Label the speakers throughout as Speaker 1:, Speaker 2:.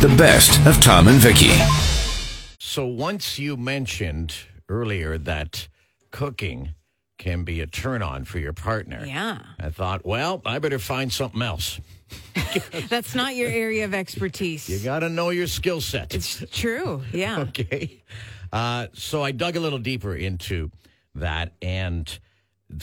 Speaker 1: the best of Tom and Vicky.
Speaker 2: So once you mentioned earlier that cooking can be a turn on for your partner.
Speaker 3: Yeah.
Speaker 2: I thought, well, I better find something else.
Speaker 3: That's not your area of expertise.
Speaker 2: You got to know your skill set.
Speaker 3: it's true. Yeah.
Speaker 2: okay. Uh, so I dug a little deeper into that, and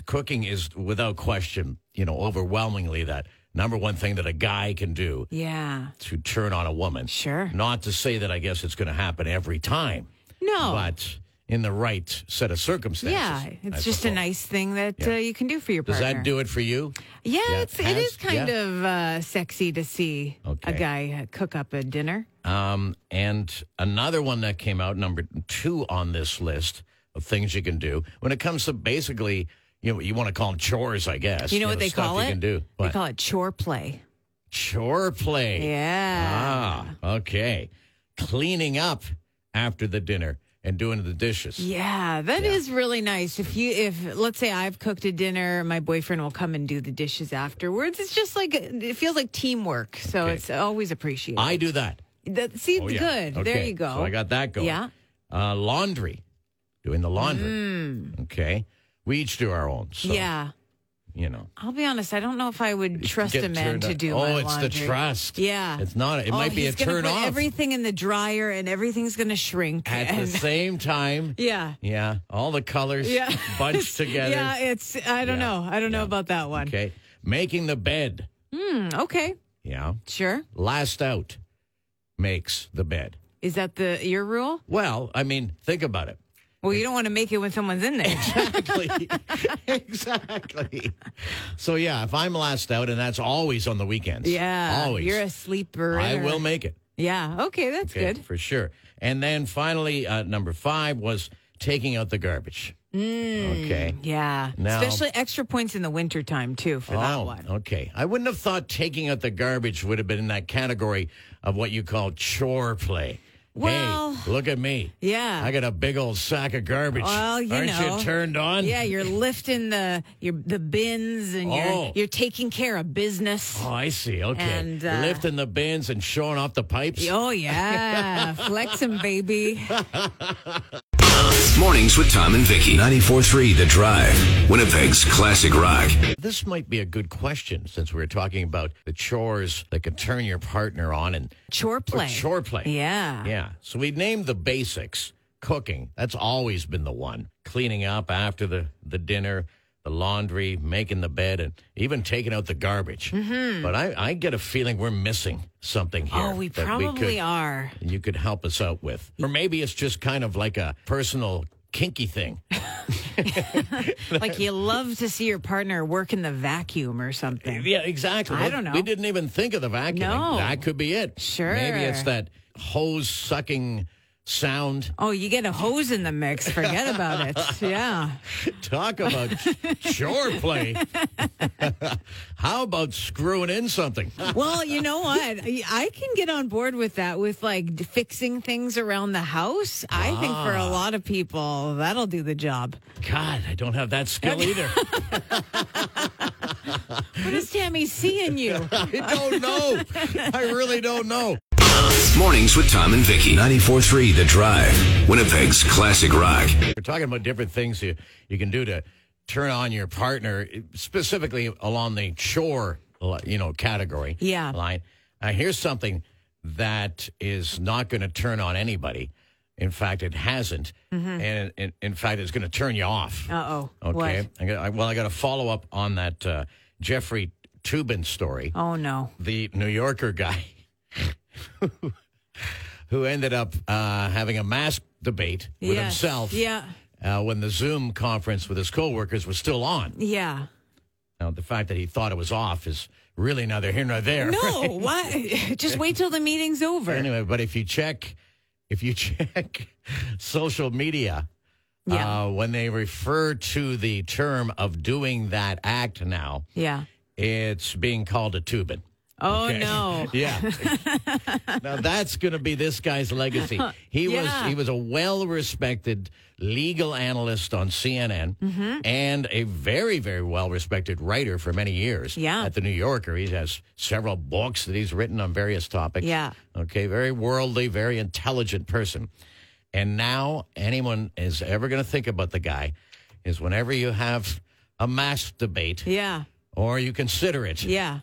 Speaker 2: cooking is without question, you know, overwhelmingly that number one thing that a guy can do
Speaker 3: Yeah.
Speaker 2: to turn on a woman.
Speaker 3: Sure.
Speaker 2: Not to say that I guess it's going to happen every time,
Speaker 3: No.
Speaker 2: but in the right set of circumstances.
Speaker 3: Oh. yeah. It's
Speaker 2: I
Speaker 3: just
Speaker 2: suppose.
Speaker 3: a nice thing that uh, you can do for your
Speaker 2: Does
Speaker 3: partner.
Speaker 2: that do it for you?
Speaker 3: Yeah,
Speaker 2: Yeah,
Speaker 3: it's, it is
Speaker 2: past-
Speaker 3: kind
Speaker 2: yeah.
Speaker 3: of uh, sexy to see
Speaker 2: Okay.
Speaker 3: a guy uh, cook up a dinner.
Speaker 2: Um, and another one that came out, number two on this list of things you can do when it comes to basically, you know, you want to call them chores, I guess.
Speaker 3: You know what
Speaker 2: the
Speaker 3: they
Speaker 2: stuff
Speaker 3: call
Speaker 2: You
Speaker 3: it?
Speaker 2: can do
Speaker 3: They
Speaker 2: What?
Speaker 3: call it chore play.
Speaker 2: chore play.
Speaker 3: Yeah.
Speaker 2: Ah, okay. Cleaning up after the dinner and doing the dishes.
Speaker 3: Yeah, that is really nice. If you if let's say I've cooked a dinner, my boyfriend will come and do the dishes afterwards. It's just like it feels like teamwork. So
Speaker 2: Okay.
Speaker 3: it's always appreciated.
Speaker 2: I do that.
Speaker 3: that, see,
Speaker 2: Oh, yeah.
Speaker 3: good. There
Speaker 2: Okay,
Speaker 3: you go.
Speaker 2: So I got that going.
Speaker 3: Yeah.
Speaker 2: Uh, laundry, doing the laundry. Okay. We each do our own. So,
Speaker 3: Mm. yeah.
Speaker 2: you know.
Speaker 3: I'll be honest. I don't know if I would trust
Speaker 2: get
Speaker 3: a
Speaker 2: turned
Speaker 3: man to
Speaker 2: on.
Speaker 3: do.
Speaker 2: Oh,
Speaker 3: my
Speaker 2: it's the
Speaker 3: laundry.
Speaker 2: trust.
Speaker 3: Yeah,
Speaker 2: It's not- it
Speaker 3: Oh,
Speaker 2: might be
Speaker 3: he's
Speaker 2: a
Speaker 3: gonna
Speaker 2: turn
Speaker 3: put
Speaker 2: off.
Speaker 3: Everything in the dryer and everything's going to shrink.
Speaker 2: At the
Speaker 3: and-
Speaker 2: same time.
Speaker 3: yeah,
Speaker 2: Yeah, all the colors
Speaker 3: yeah,
Speaker 2: bunched together.
Speaker 3: Yeah, it's. I don't
Speaker 2: Yeah.
Speaker 3: know. I don't know about that one.
Speaker 2: Okay, making the bed.
Speaker 3: Mm, okay,
Speaker 2: Yeah,
Speaker 3: sure.
Speaker 2: last out makes the bed.
Speaker 3: Is that the your rule?
Speaker 2: Well, I mean, think about it.
Speaker 3: Well, you don't want to make it when someone's in there.
Speaker 2: Exactly. exactly. So yeah, if I'm last out, and that's always on the weekends.
Speaker 3: yeah,
Speaker 2: always.
Speaker 3: You're a sleeper.
Speaker 2: I
Speaker 3: or-
Speaker 2: will make it.
Speaker 3: Yeah. Okay, that's
Speaker 2: Okay,
Speaker 3: good.
Speaker 2: for sure. And then finally, uh, number five was taking out the garbage.
Speaker 3: Mm.
Speaker 2: okay.
Speaker 3: Yeah.
Speaker 2: Now- Oh,
Speaker 3: Especially extra points in the wintertime too for that one.
Speaker 2: Okay. I wouldn't have thought taking out the garbage would have been in that category of what you call chore play.
Speaker 3: Well-
Speaker 2: hey, look at me.
Speaker 3: Yeah.
Speaker 2: I got a big old sack of garbage.
Speaker 3: Well, you
Speaker 2: Aren't
Speaker 3: know.
Speaker 2: you turned on?
Speaker 3: Yeah, you're lifting the your the bins and
Speaker 2: Oh.
Speaker 3: you're you're taking care of business.
Speaker 2: Oh, I see. Okay.
Speaker 3: And, uh,
Speaker 2: Lifting the bins and showing off the pipes.
Speaker 3: Oh yeah, flexing baby.
Speaker 1: Mornings with Tom and Vicky. 94.3 The Drive. Winnipeg's classic rock.
Speaker 2: This might be a good question since we were talking about the chores that can turn your partner on and
Speaker 3: Chore play.
Speaker 2: Oh, chore play.
Speaker 3: Yeah.
Speaker 2: Yeah. So we named the basics. Cooking. That's always been the one. Cleaning up after the, the dinner, the laundry, making the bed, and even taking out the garbage. But I, I get a feeling we're missing something here.
Speaker 3: Mm-hmm. Oh, we
Speaker 2: that
Speaker 3: probably
Speaker 2: could,
Speaker 3: are.
Speaker 2: You could help us out with. Or maybe it's just kind of like a personal kinky thing.
Speaker 3: Like you love to see your partner work in the vacuum or something.
Speaker 2: Yeah, exactly.
Speaker 3: I don't know.
Speaker 2: We didn't even think of the vacuum.
Speaker 3: No.
Speaker 2: That could be it.
Speaker 3: Sure.
Speaker 2: Maybe it's that hose sucking sound.
Speaker 3: Oh, you get a hose in the mix. Forget about it. Yeah.
Speaker 2: Talk about chore play. How about screwing in something?
Speaker 3: Well, you know what? I can get on board with that with like d- fixing things around the house. I think for
Speaker 2: Ah.
Speaker 3: a lot of people, that'll do the job.
Speaker 2: God, I don't have that skill either.
Speaker 3: What is Tammy seeing you?
Speaker 2: I don't know. I really don't know.
Speaker 1: Mornings with Tom and Vicky. 94.3 The Drive. Winnipeg's classic rock.
Speaker 2: We're talking about different things you, you can do to turn on your partner, specifically along the chore, li- you know, category.
Speaker 3: Yeah.
Speaker 2: Line. Uh, here's something that is not going to turn on anybody. In fact, it hasn't, and in, in fact, it's going to turn you off.
Speaker 3: Uh oh.
Speaker 2: Okay. I got, I, well, I got a follow up on that uh, Jeffrey Tubin story,
Speaker 3: What? Oh no.
Speaker 2: the New Yorker guy who ended up uh, having a mask debate with
Speaker 3: Yes.
Speaker 2: himself
Speaker 3: Yeah.
Speaker 2: uh, when the Zoom conference with his coworkers was still on.
Speaker 3: Yeah.
Speaker 2: Now, the fact that he thought it was off is really neither here nor there.
Speaker 3: No. Why? Just wait till the meeting's over.
Speaker 2: Anyway, but if you check, if you check social media,
Speaker 3: Yeah.
Speaker 2: uh, when they refer to the term of doing that act now,
Speaker 3: Yeah.
Speaker 2: It's being called a tubin.
Speaker 3: Oh
Speaker 2: Okay.
Speaker 3: no.
Speaker 2: Yeah. now that's going to be this guy's legacy. He was
Speaker 3: Yeah.
Speaker 2: he was a well-respected legal analyst on CNN
Speaker 3: Mm-hmm.
Speaker 2: and a very very well-respected writer for many years
Speaker 3: Yeah.
Speaker 2: at the New Yorker. He has several books that he's written on various topics.
Speaker 3: Yeah.
Speaker 2: Okay, very worldly, very intelligent person. And now anyone is ever going to think about the guy is whenever you have a mass debate
Speaker 3: Yeah.
Speaker 2: or you consider it
Speaker 3: Yeah.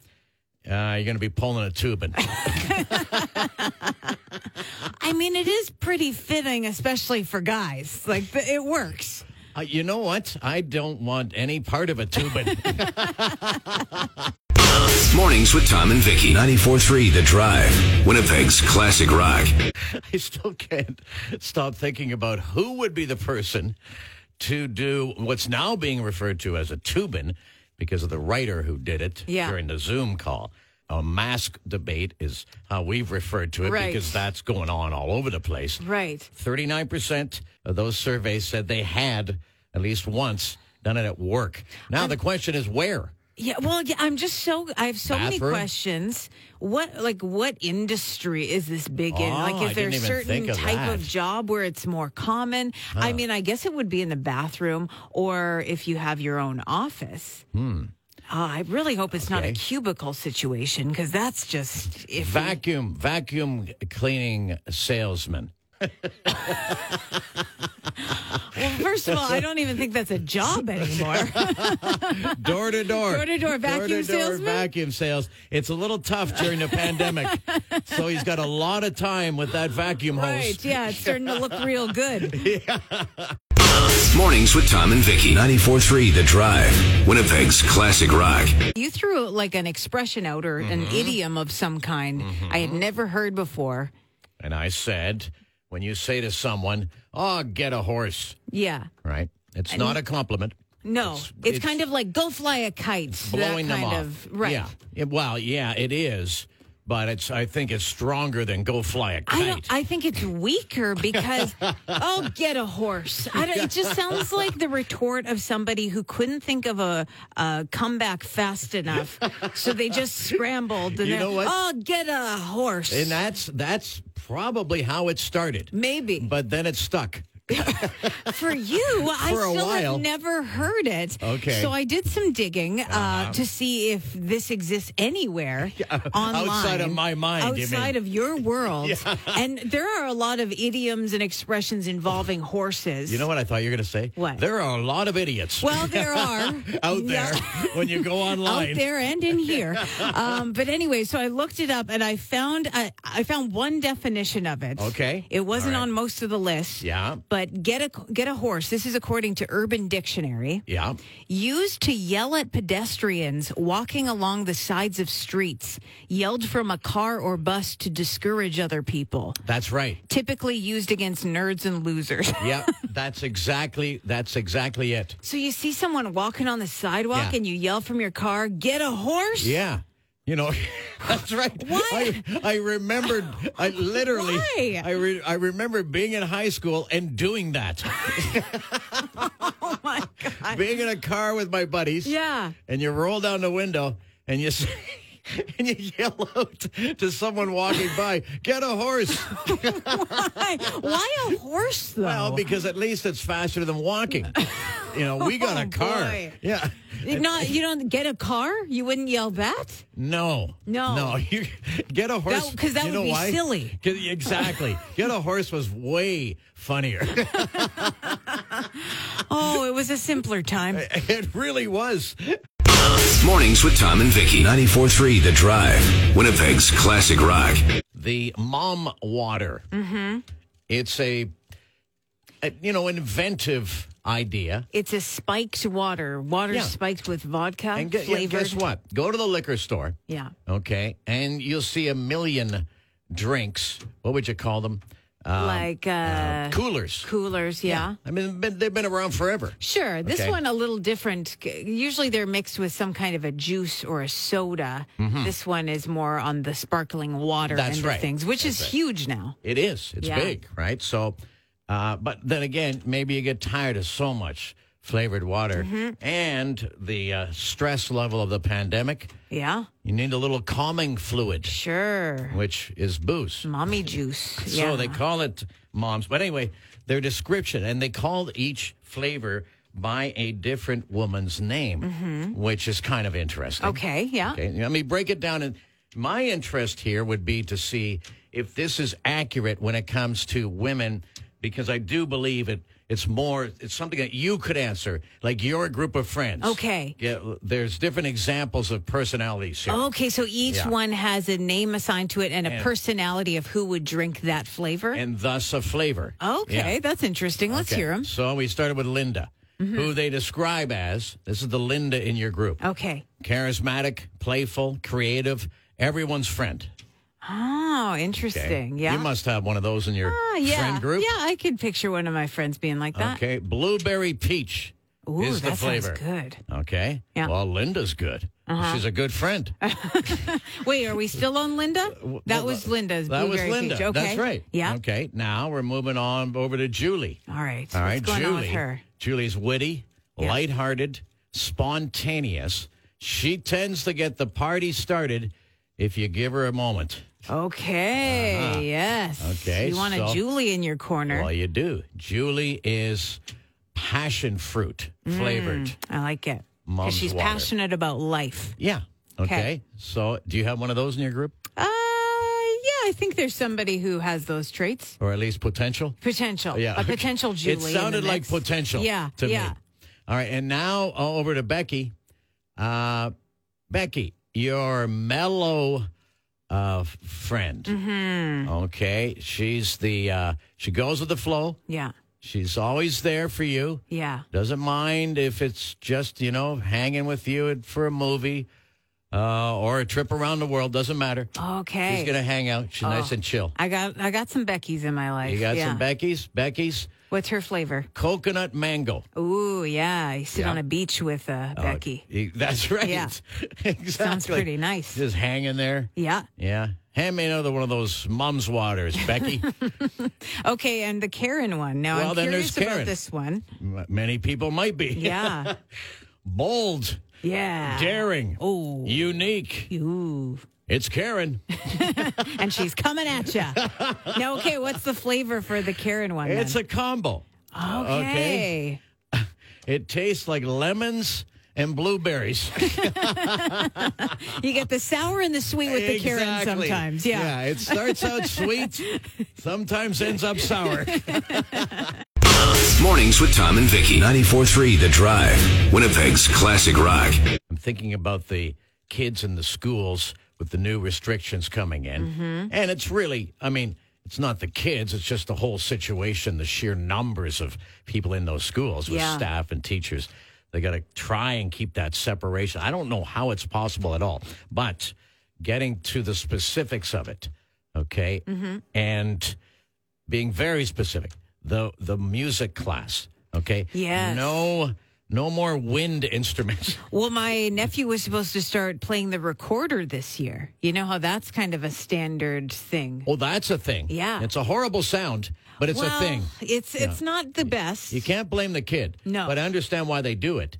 Speaker 2: uh, you're going to be pulling a tube and
Speaker 3: I mean, it is pretty fitting, especially for guys. Like th- it works.
Speaker 2: Uh, you know what? I don't want any part of a tubing.
Speaker 1: Mornings with Tom and Vicky. 94.3 The Drive. Winnipeg's classic rock.
Speaker 2: I still can't stop thinking about who would be the person to do what's now being referred to as a tubing because of the writer who did it
Speaker 3: Yeah.
Speaker 2: during the Zoom call. A mask debate is how we've referred to it
Speaker 3: Right.
Speaker 2: because that's going on all over the place.
Speaker 3: Right.
Speaker 2: 39% of those surveys said they had at least once done it at work. Now the question is where?
Speaker 3: Yeah, well, yeah, I'm just so I have so many
Speaker 2: Bathroom?
Speaker 3: questions. What like what industry is this big in?
Speaker 2: Oh,
Speaker 3: like
Speaker 2: I
Speaker 3: is there a
Speaker 2: didn't even
Speaker 3: certain
Speaker 2: think of
Speaker 3: type of
Speaker 2: that.
Speaker 3: job where it's more common? I mean, I guess it would be in the bathroom or if you have your own office. Hmm. I really hope it's not a
Speaker 2: Okay.
Speaker 3: cubicle situation because that's just if
Speaker 2: Vacuum, vacuum cleaning salesman.
Speaker 3: well, first of all, I don't even think that's a job anymore.
Speaker 2: Door to door.
Speaker 3: Door to door vacuum salesman?
Speaker 2: vacuum sales. It's a little tough during the pandemic. So he's got a lot of time with that vacuum
Speaker 3: right?
Speaker 2: hose.
Speaker 3: Yeah, it's starting to look real good.
Speaker 1: Mornings with Tom and Vicky. 94.3 The Drive. Winnipeg's classic rock.
Speaker 3: You threw like an expression out or an
Speaker 2: Mm-hmm.
Speaker 3: idiom of some kind I had never heard before.
Speaker 2: And I said, when you say to someone, oh, get a horse,
Speaker 3: Yeah.
Speaker 2: right? It's not a compliment.
Speaker 3: No,
Speaker 2: It's-
Speaker 3: it's,
Speaker 2: it's
Speaker 3: kind of like go fly a kite.
Speaker 2: Blowing
Speaker 3: that
Speaker 2: them
Speaker 3: kind
Speaker 2: off.
Speaker 3: of right.
Speaker 2: Yeah. It- well, yeah, it is. But it's, I think it's stronger than go fly a
Speaker 3: I
Speaker 2: kite.
Speaker 3: don't. I think it's weaker because oh, get a horse. I don't, it just sounds like the retort of somebody who couldn't think of a, a comeback fast enough, so they just scrambled. And
Speaker 2: You
Speaker 3: they're,
Speaker 2: know what?
Speaker 3: Oh, get a horse.
Speaker 2: and that's, that's probably how it started.
Speaker 3: Maybe
Speaker 2: But then it stuck.
Speaker 3: for you, I
Speaker 2: For a
Speaker 3: still
Speaker 2: while.
Speaker 3: have never heard it.
Speaker 2: Okay. Uh-huh.
Speaker 3: So I did some digging uh, to see if this exists anywhere online.
Speaker 2: outside of my mind, you
Speaker 3: Outside of your world. And there are a lot of idioms and expressions involving horses.
Speaker 2: You know what I thought you were going to say?
Speaker 3: What?
Speaker 2: There are a lot of idiots.
Speaker 3: Well, there are.
Speaker 2: out there
Speaker 3: Yeah.
Speaker 2: when you go online.
Speaker 3: Out there and in here, um, but anyway, so I looked it up and I found I, I found one definition of it.
Speaker 2: Okay.
Speaker 3: it wasn't
Speaker 2: All right.
Speaker 3: on most of the list.
Speaker 2: Yeah.
Speaker 3: but get a get a horse. This is according to Urban Dictionary.
Speaker 2: Yeah.
Speaker 3: Used to yell at pedestrians walking along the sides of streets, yelled from a car or bus to discourage other people.
Speaker 2: That's right.
Speaker 3: Typically used against nerds and losers.
Speaker 2: Yeah, that's exactly that's exactly it.
Speaker 3: So you see someone walking on the sidewalk
Speaker 2: Yeah.
Speaker 3: and you yell from your car, get a horse?
Speaker 2: Yeah. You know, that's right.
Speaker 3: What?
Speaker 2: I, I remembered, I literally,
Speaker 3: Why?
Speaker 2: I, re, I remember being in high school and doing that.
Speaker 3: Oh my God.
Speaker 2: being in a car with my buddies.
Speaker 3: Yeah.
Speaker 2: And you roll down the window and you say, and you yell out to someone walking by, get a horse.
Speaker 3: Why, why a horse though?
Speaker 2: Well, because at least it's faster than walking. You know, we got
Speaker 3: Oh,
Speaker 2: a car.
Speaker 3: boy.
Speaker 2: Yeah.
Speaker 3: You're not, you don't get a car? You wouldn't yell that?
Speaker 2: No.
Speaker 3: No.
Speaker 2: No. You get a horse
Speaker 3: 'cause that
Speaker 2: you
Speaker 3: would
Speaker 2: know
Speaker 3: be
Speaker 2: why?
Speaker 3: silly.
Speaker 2: 'Cause- Exactly. get a horse was way funnier.
Speaker 3: Oh, it was a simpler time.
Speaker 2: it really was.
Speaker 1: Mornings with Tom and Vicky. 94.3 The Drive. Winnipeg's classic rock.
Speaker 2: The mom water. Mm-hmm. It's a, a you know inventive idea.
Speaker 3: It's a spiked water. Water
Speaker 2: Yeah.
Speaker 3: spiked with vodka
Speaker 2: And gu- yeah,
Speaker 3: flavored.
Speaker 2: guess what? Go to the liquor store.
Speaker 3: Yeah.
Speaker 2: Okay, and you'll see a million drinks. What would you call them? Um,
Speaker 3: like uh,
Speaker 2: coolers.
Speaker 3: coolers, yeah.
Speaker 2: I mean, been- they've been around forever.
Speaker 3: Sure. This
Speaker 2: Okay.
Speaker 3: one a little different. C- Usually they're mixed with some kind of a juice or a soda. This one is more on the sparkling water
Speaker 2: Mm-hmm. That's
Speaker 3: and
Speaker 2: right.
Speaker 3: things, which is huge now.
Speaker 2: It is. It's
Speaker 3: Yeah.
Speaker 2: big, right? So, uh, but then again, maybe you get tired of so much flavored water
Speaker 3: Mm-hmm.
Speaker 2: and the uh, stress level of the pandemic,
Speaker 3: Yeah,
Speaker 2: you need a little calming fluid,
Speaker 3: sure.
Speaker 2: which is booze.
Speaker 3: Mommy juice.
Speaker 2: So
Speaker 3: yeah.
Speaker 2: they call it moms. But anyway, their description, and they called each flavor by a different woman's name,
Speaker 3: Mm-hmm.
Speaker 2: which is kind of interesting.
Speaker 3: Okay, yeah.
Speaker 2: Okay. I mean, break it down. And my interest here would be to see if this is accurate when it comes to women, because I do believe it. It's more. It's something that you could answer, like your group of friends.
Speaker 3: Okay.
Speaker 2: Yeah. There's different examples of personalities here.
Speaker 3: Okay, so each
Speaker 2: Yeah.
Speaker 3: one has a name assigned to it and a
Speaker 2: And-
Speaker 3: personality of who would drink that flavor.
Speaker 2: And thus a flavor.
Speaker 3: okay,
Speaker 2: Yeah.
Speaker 3: that's interesting. Let's
Speaker 2: Okay,
Speaker 3: hear them. Mm-hmm.
Speaker 2: So we started with Linda, who they describe as this is the Linda in your group
Speaker 3: Okay.
Speaker 2: charismatic, playful, creative, everyone's friend.
Speaker 3: Oh, interesting. Yeah.
Speaker 2: You must have one of those in your
Speaker 3: Ah, yeah.
Speaker 2: friend group.
Speaker 3: Yeah, I could picture one of my friends being like that.
Speaker 2: Okay. Blueberry peach
Speaker 3: Ooh,
Speaker 2: is the
Speaker 3: that
Speaker 2: flavor.
Speaker 3: sounds good.
Speaker 2: Okay.
Speaker 3: Yeah. Uh-huh.
Speaker 2: Well, Linda's good. She's a good friend.
Speaker 3: Wait, are we still on Linda? That was Linda's.
Speaker 2: Uh, That was
Speaker 3: blueberry
Speaker 2: Linda.
Speaker 3: peach. Okay.
Speaker 2: That's right.
Speaker 3: Yeah.
Speaker 2: Okay. Now we're moving on over to Julie.
Speaker 3: All right.
Speaker 2: All right,
Speaker 3: What's going
Speaker 2: Julie.
Speaker 3: on with her?
Speaker 2: Julie's witty, lighthearted, spontaneous. She tends to get the party started if you give her a moment.
Speaker 3: Okay. Yes.
Speaker 2: Uh-huh. Okay,
Speaker 3: You want
Speaker 2: so-
Speaker 3: a Julie in your corner.
Speaker 2: Well, you do. Julie is passion fruit flavored.
Speaker 3: I like it.
Speaker 2: Mom's
Speaker 3: she's
Speaker 2: water.
Speaker 3: passionate about life.
Speaker 2: Yeah. Okay. So, do you have one of those in your group,
Speaker 3: Uh, yeah, I think there's somebody who has those traits.
Speaker 2: or at least potential?
Speaker 3: Potential.
Speaker 2: Yeah.
Speaker 3: A potential Julie. in
Speaker 2: It
Speaker 3: the
Speaker 2: sounded like
Speaker 3: mix.
Speaker 2: potential.
Speaker 3: Yeah.
Speaker 2: To
Speaker 3: yeah.
Speaker 2: me. All right, and now uh, over to Becky. Uh, Becky, your mellow uh, f- friend.
Speaker 3: Mm-hmm.
Speaker 2: Okay, she's the uh, she goes with the flow.
Speaker 3: Yeah.
Speaker 2: She's always there for you.
Speaker 3: Yeah.
Speaker 2: Doesn't mind if it's just you know hanging with you at- for a movie uh, or a trip around the world. Doesn't matter.
Speaker 3: Okay.
Speaker 2: She's gonna hang out. She's nice and chill.
Speaker 3: I got I got some Becky's in my life.
Speaker 2: You got
Speaker 3: Oh. yeah.
Speaker 2: some Becky's. Becky's
Speaker 3: What's her flavor?
Speaker 2: coconut mango.
Speaker 3: Ooh, yeah. You sit
Speaker 2: Yeah. Oh,
Speaker 3: on a beach with uh, Becky.
Speaker 2: Y- E, That's right.
Speaker 3: Yeah.
Speaker 2: exactly.
Speaker 3: Sounds pretty nice.
Speaker 2: Just hanging there.
Speaker 3: Yeah.
Speaker 2: Yeah. Hand me another one of those mum's waters, Becky.
Speaker 3: Okay, and the Karen one. Now
Speaker 2: Well,
Speaker 3: I'm
Speaker 2: then
Speaker 3: curious
Speaker 2: there's Karen.
Speaker 3: about this one.
Speaker 2: M- Many people might be.
Speaker 3: Yeah. Ah.
Speaker 2: Bold,
Speaker 3: Yeah.
Speaker 2: daring,
Speaker 3: Oh.
Speaker 2: unique.
Speaker 3: Ooh.
Speaker 2: It's Karen.
Speaker 3: And she's coming at ya. now, okay, what's the flavor for the Karen one?
Speaker 2: It's a combo.
Speaker 3: then?
Speaker 2: okay.
Speaker 3: okay.
Speaker 2: It tastes like lemons and blueberries.
Speaker 3: You get the sour and the sweet with the Karen
Speaker 2: Exactly.
Speaker 3: sometimes. Yeah.
Speaker 2: Yeah. It starts out sweet, sometimes ends up sour.
Speaker 1: Mornings with Tom and Vicky. 94.3 The Drive. Winnipeg's classic rock.
Speaker 2: I'm thinking about the kids in the schools with the new restrictions coming in.
Speaker 3: Mm-hmm.
Speaker 2: And it's really, I mean, it's not the kids, it's just the whole situation, the sheer numbers of people in those schools with
Speaker 3: Yeah.
Speaker 2: staff and teachers. They got to try and keep that separation. I don't know how it's possible at all, but getting to the specifics of it, okay?
Speaker 3: Mm-hmm.
Speaker 2: And being very specific, the the music class, okay?
Speaker 3: Yes.
Speaker 2: No no more wind instruments.
Speaker 3: Well, my nephew was supposed to start playing the recorder this year. You know how that's kind of a standard thing.
Speaker 2: Oh, that's a thing.
Speaker 3: Yeah.
Speaker 2: It's a horrible sound, but it's
Speaker 3: well,
Speaker 2: a thing.
Speaker 3: It's it's not the best.
Speaker 2: You can't blame the kid.
Speaker 3: No.
Speaker 2: But I understand why they do it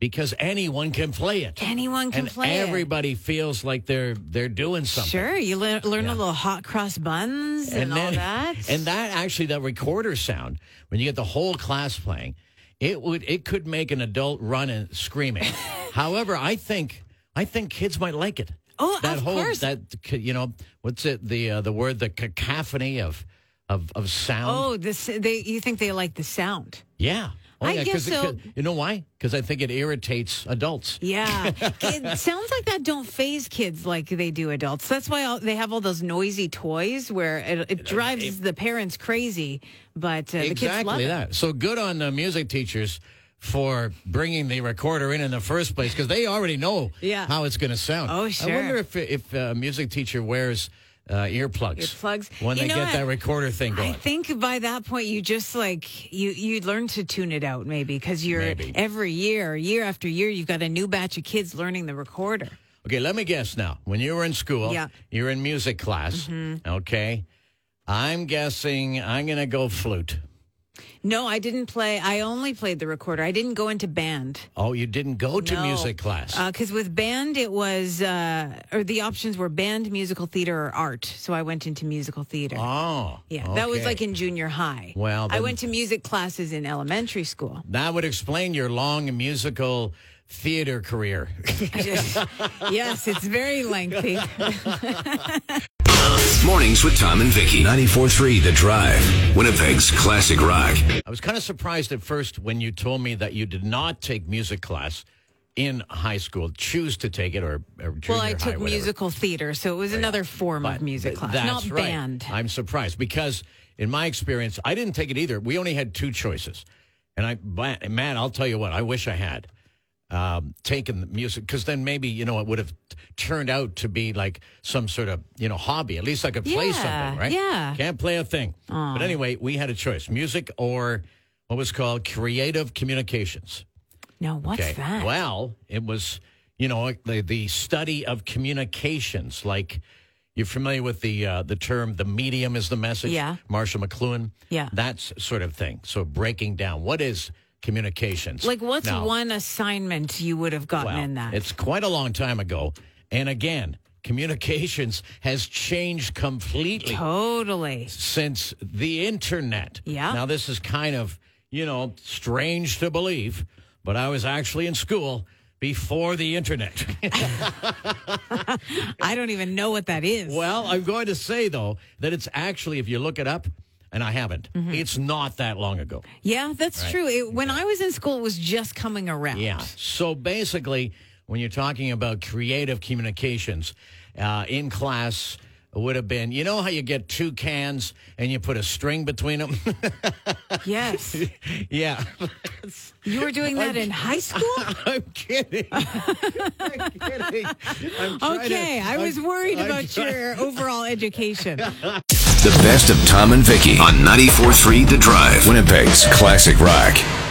Speaker 2: because anyone can play it.
Speaker 3: Anyone can
Speaker 2: and
Speaker 3: play it.
Speaker 2: everybody feels like they're they're doing something.
Speaker 3: Sure, you learn, learn a little hot cross buns and, all
Speaker 2: then-
Speaker 3: that.
Speaker 2: And that actually that recorder sound when you get the whole class playing, it would it could make an adult run and screaming. However, I think I think kids might like it.
Speaker 3: Oh,
Speaker 2: that
Speaker 3: of
Speaker 2: whole
Speaker 3: course.
Speaker 2: that you know what's it the uh, the word the cacophony of of of sound.
Speaker 3: oh, this they you think they like the sound?
Speaker 2: Yeah. Oh,
Speaker 3: I
Speaker 2: yeah,
Speaker 3: guess
Speaker 2: 'cause it-
Speaker 3: so.
Speaker 2: You know why? Because I think it irritates adults.
Speaker 3: Yeah, it sounds like that don't phase kids like they do adults. That's why all, they have all those noisy toys where it, it drives the parents crazy, but uh, the kids love
Speaker 2: exactly
Speaker 3: it.
Speaker 2: that. So good on the music teachers for bringing the recorder in in the first place because they already know
Speaker 3: Yeah.
Speaker 2: how it's going to sound.
Speaker 3: Oh,
Speaker 2: I
Speaker 3: sure.
Speaker 2: wonder if if a music teacher wears uh, earplugs.
Speaker 3: Earplugs.
Speaker 2: When
Speaker 3: You
Speaker 2: they
Speaker 3: know
Speaker 2: get
Speaker 3: what?
Speaker 2: that recorder thing
Speaker 3: I
Speaker 2: going.
Speaker 3: think by that point you just like you you learn to tune it out maybe because you're
Speaker 2: Maybe.
Speaker 3: every year year after year you've got a new batch of kids learning the recorder.
Speaker 2: Okay, let me guess now. When you were in school,
Speaker 3: Yeah. Mm-hmm.
Speaker 2: you're in music class. Okay. I'm guessing I'm going to go flute.
Speaker 3: No, I didn't play. I only played the recorder. I didn't go into band.
Speaker 2: Oh, you didn't go to
Speaker 3: No. Uh,
Speaker 2: music class.
Speaker 3: Because with band, it was, uh, or the options were band, musical theater, or art. So I went into musical theater.
Speaker 2: oh,
Speaker 3: yeah, that was
Speaker 2: okay.
Speaker 3: like in junior high.
Speaker 2: Well,
Speaker 3: I
Speaker 2: then-
Speaker 3: went to music classes in elementary school.
Speaker 2: that would explain your long musical theater career.
Speaker 3: yes, it's very lengthy.
Speaker 1: Mornings with Tom and Vicky. 94.3 The Drive. Winnipeg's classic rock.
Speaker 2: I was kind of surprised at first when you told me that you did not take music class in high school, choose to take it, or, or junior
Speaker 3: well, I
Speaker 2: high,
Speaker 3: took
Speaker 2: whatever.
Speaker 3: musical theater, so it was another form of music class,
Speaker 2: That's
Speaker 3: not
Speaker 2: right.
Speaker 3: band.
Speaker 2: I'm surprised because in my experience, I didn't take it either. We only had two choices, and I, but, man, I'll tell you what, I wish I had um, taken the music because then maybe you know it would have turned out to be like some sort of you know hobby. At least I could play
Speaker 3: Yeah,
Speaker 2: something, right?
Speaker 3: yeah.
Speaker 2: can't play a thing. But anyway, we had a choice: music or what was called creative communications.
Speaker 3: No, what's
Speaker 2: Okay.
Speaker 3: that?
Speaker 2: Well, it was, you know, the, the study of communications. Like, you're familiar with the uh, the term "the medium is the message."
Speaker 3: Yeah.
Speaker 2: Marshall McLuhan.
Speaker 3: Yeah.
Speaker 2: That sort of thing. So breaking down what is communications.
Speaker 3: Like, what's
Speaker 2: now?
Speaker 3: one assignment you would have gotten
Speaker 2: Well,
Speaker 3: in that?
Speaker 2: It's quite a long time ago, and again, communications has changed completely
Speaker 3: totally.
Speaker 2: since the internet.
Speaker 3: Yeah.
Speaker 2: Now this is kind of you know strange to believe, but I was actually in school before the internet.
Speaker 3: I don't even know what that is.
Speaker 2: well, I'm going to say though that it's actually if you look it up, and I haven't, it's not that long ago.
Speaker 3: yeah, that's true. It, when I was in school, it was just coming around.
Speaker 2: Yeah. So basically, when you're talking about creative communications uh, in class. Would have been, you know how you get two cans and you put a string between them?
Speaker 3: Yes.
Speaker 2: yeah.
Speaker 3: You were doing that in high school?
Speaker 2: I'm kidding. I'm kidding. I'm trying to-
Speaker 3: Okay, I was
Speaker 2: I'm-
Speaker 3: worried
Speaker 2: I'm
Speaker 3: about
Speaker 2: try-
Speaker 3: your overall education.
Speaker 1: The best of Tom and Vicky on 94.3 The Drive. Winnipeg's classic rock.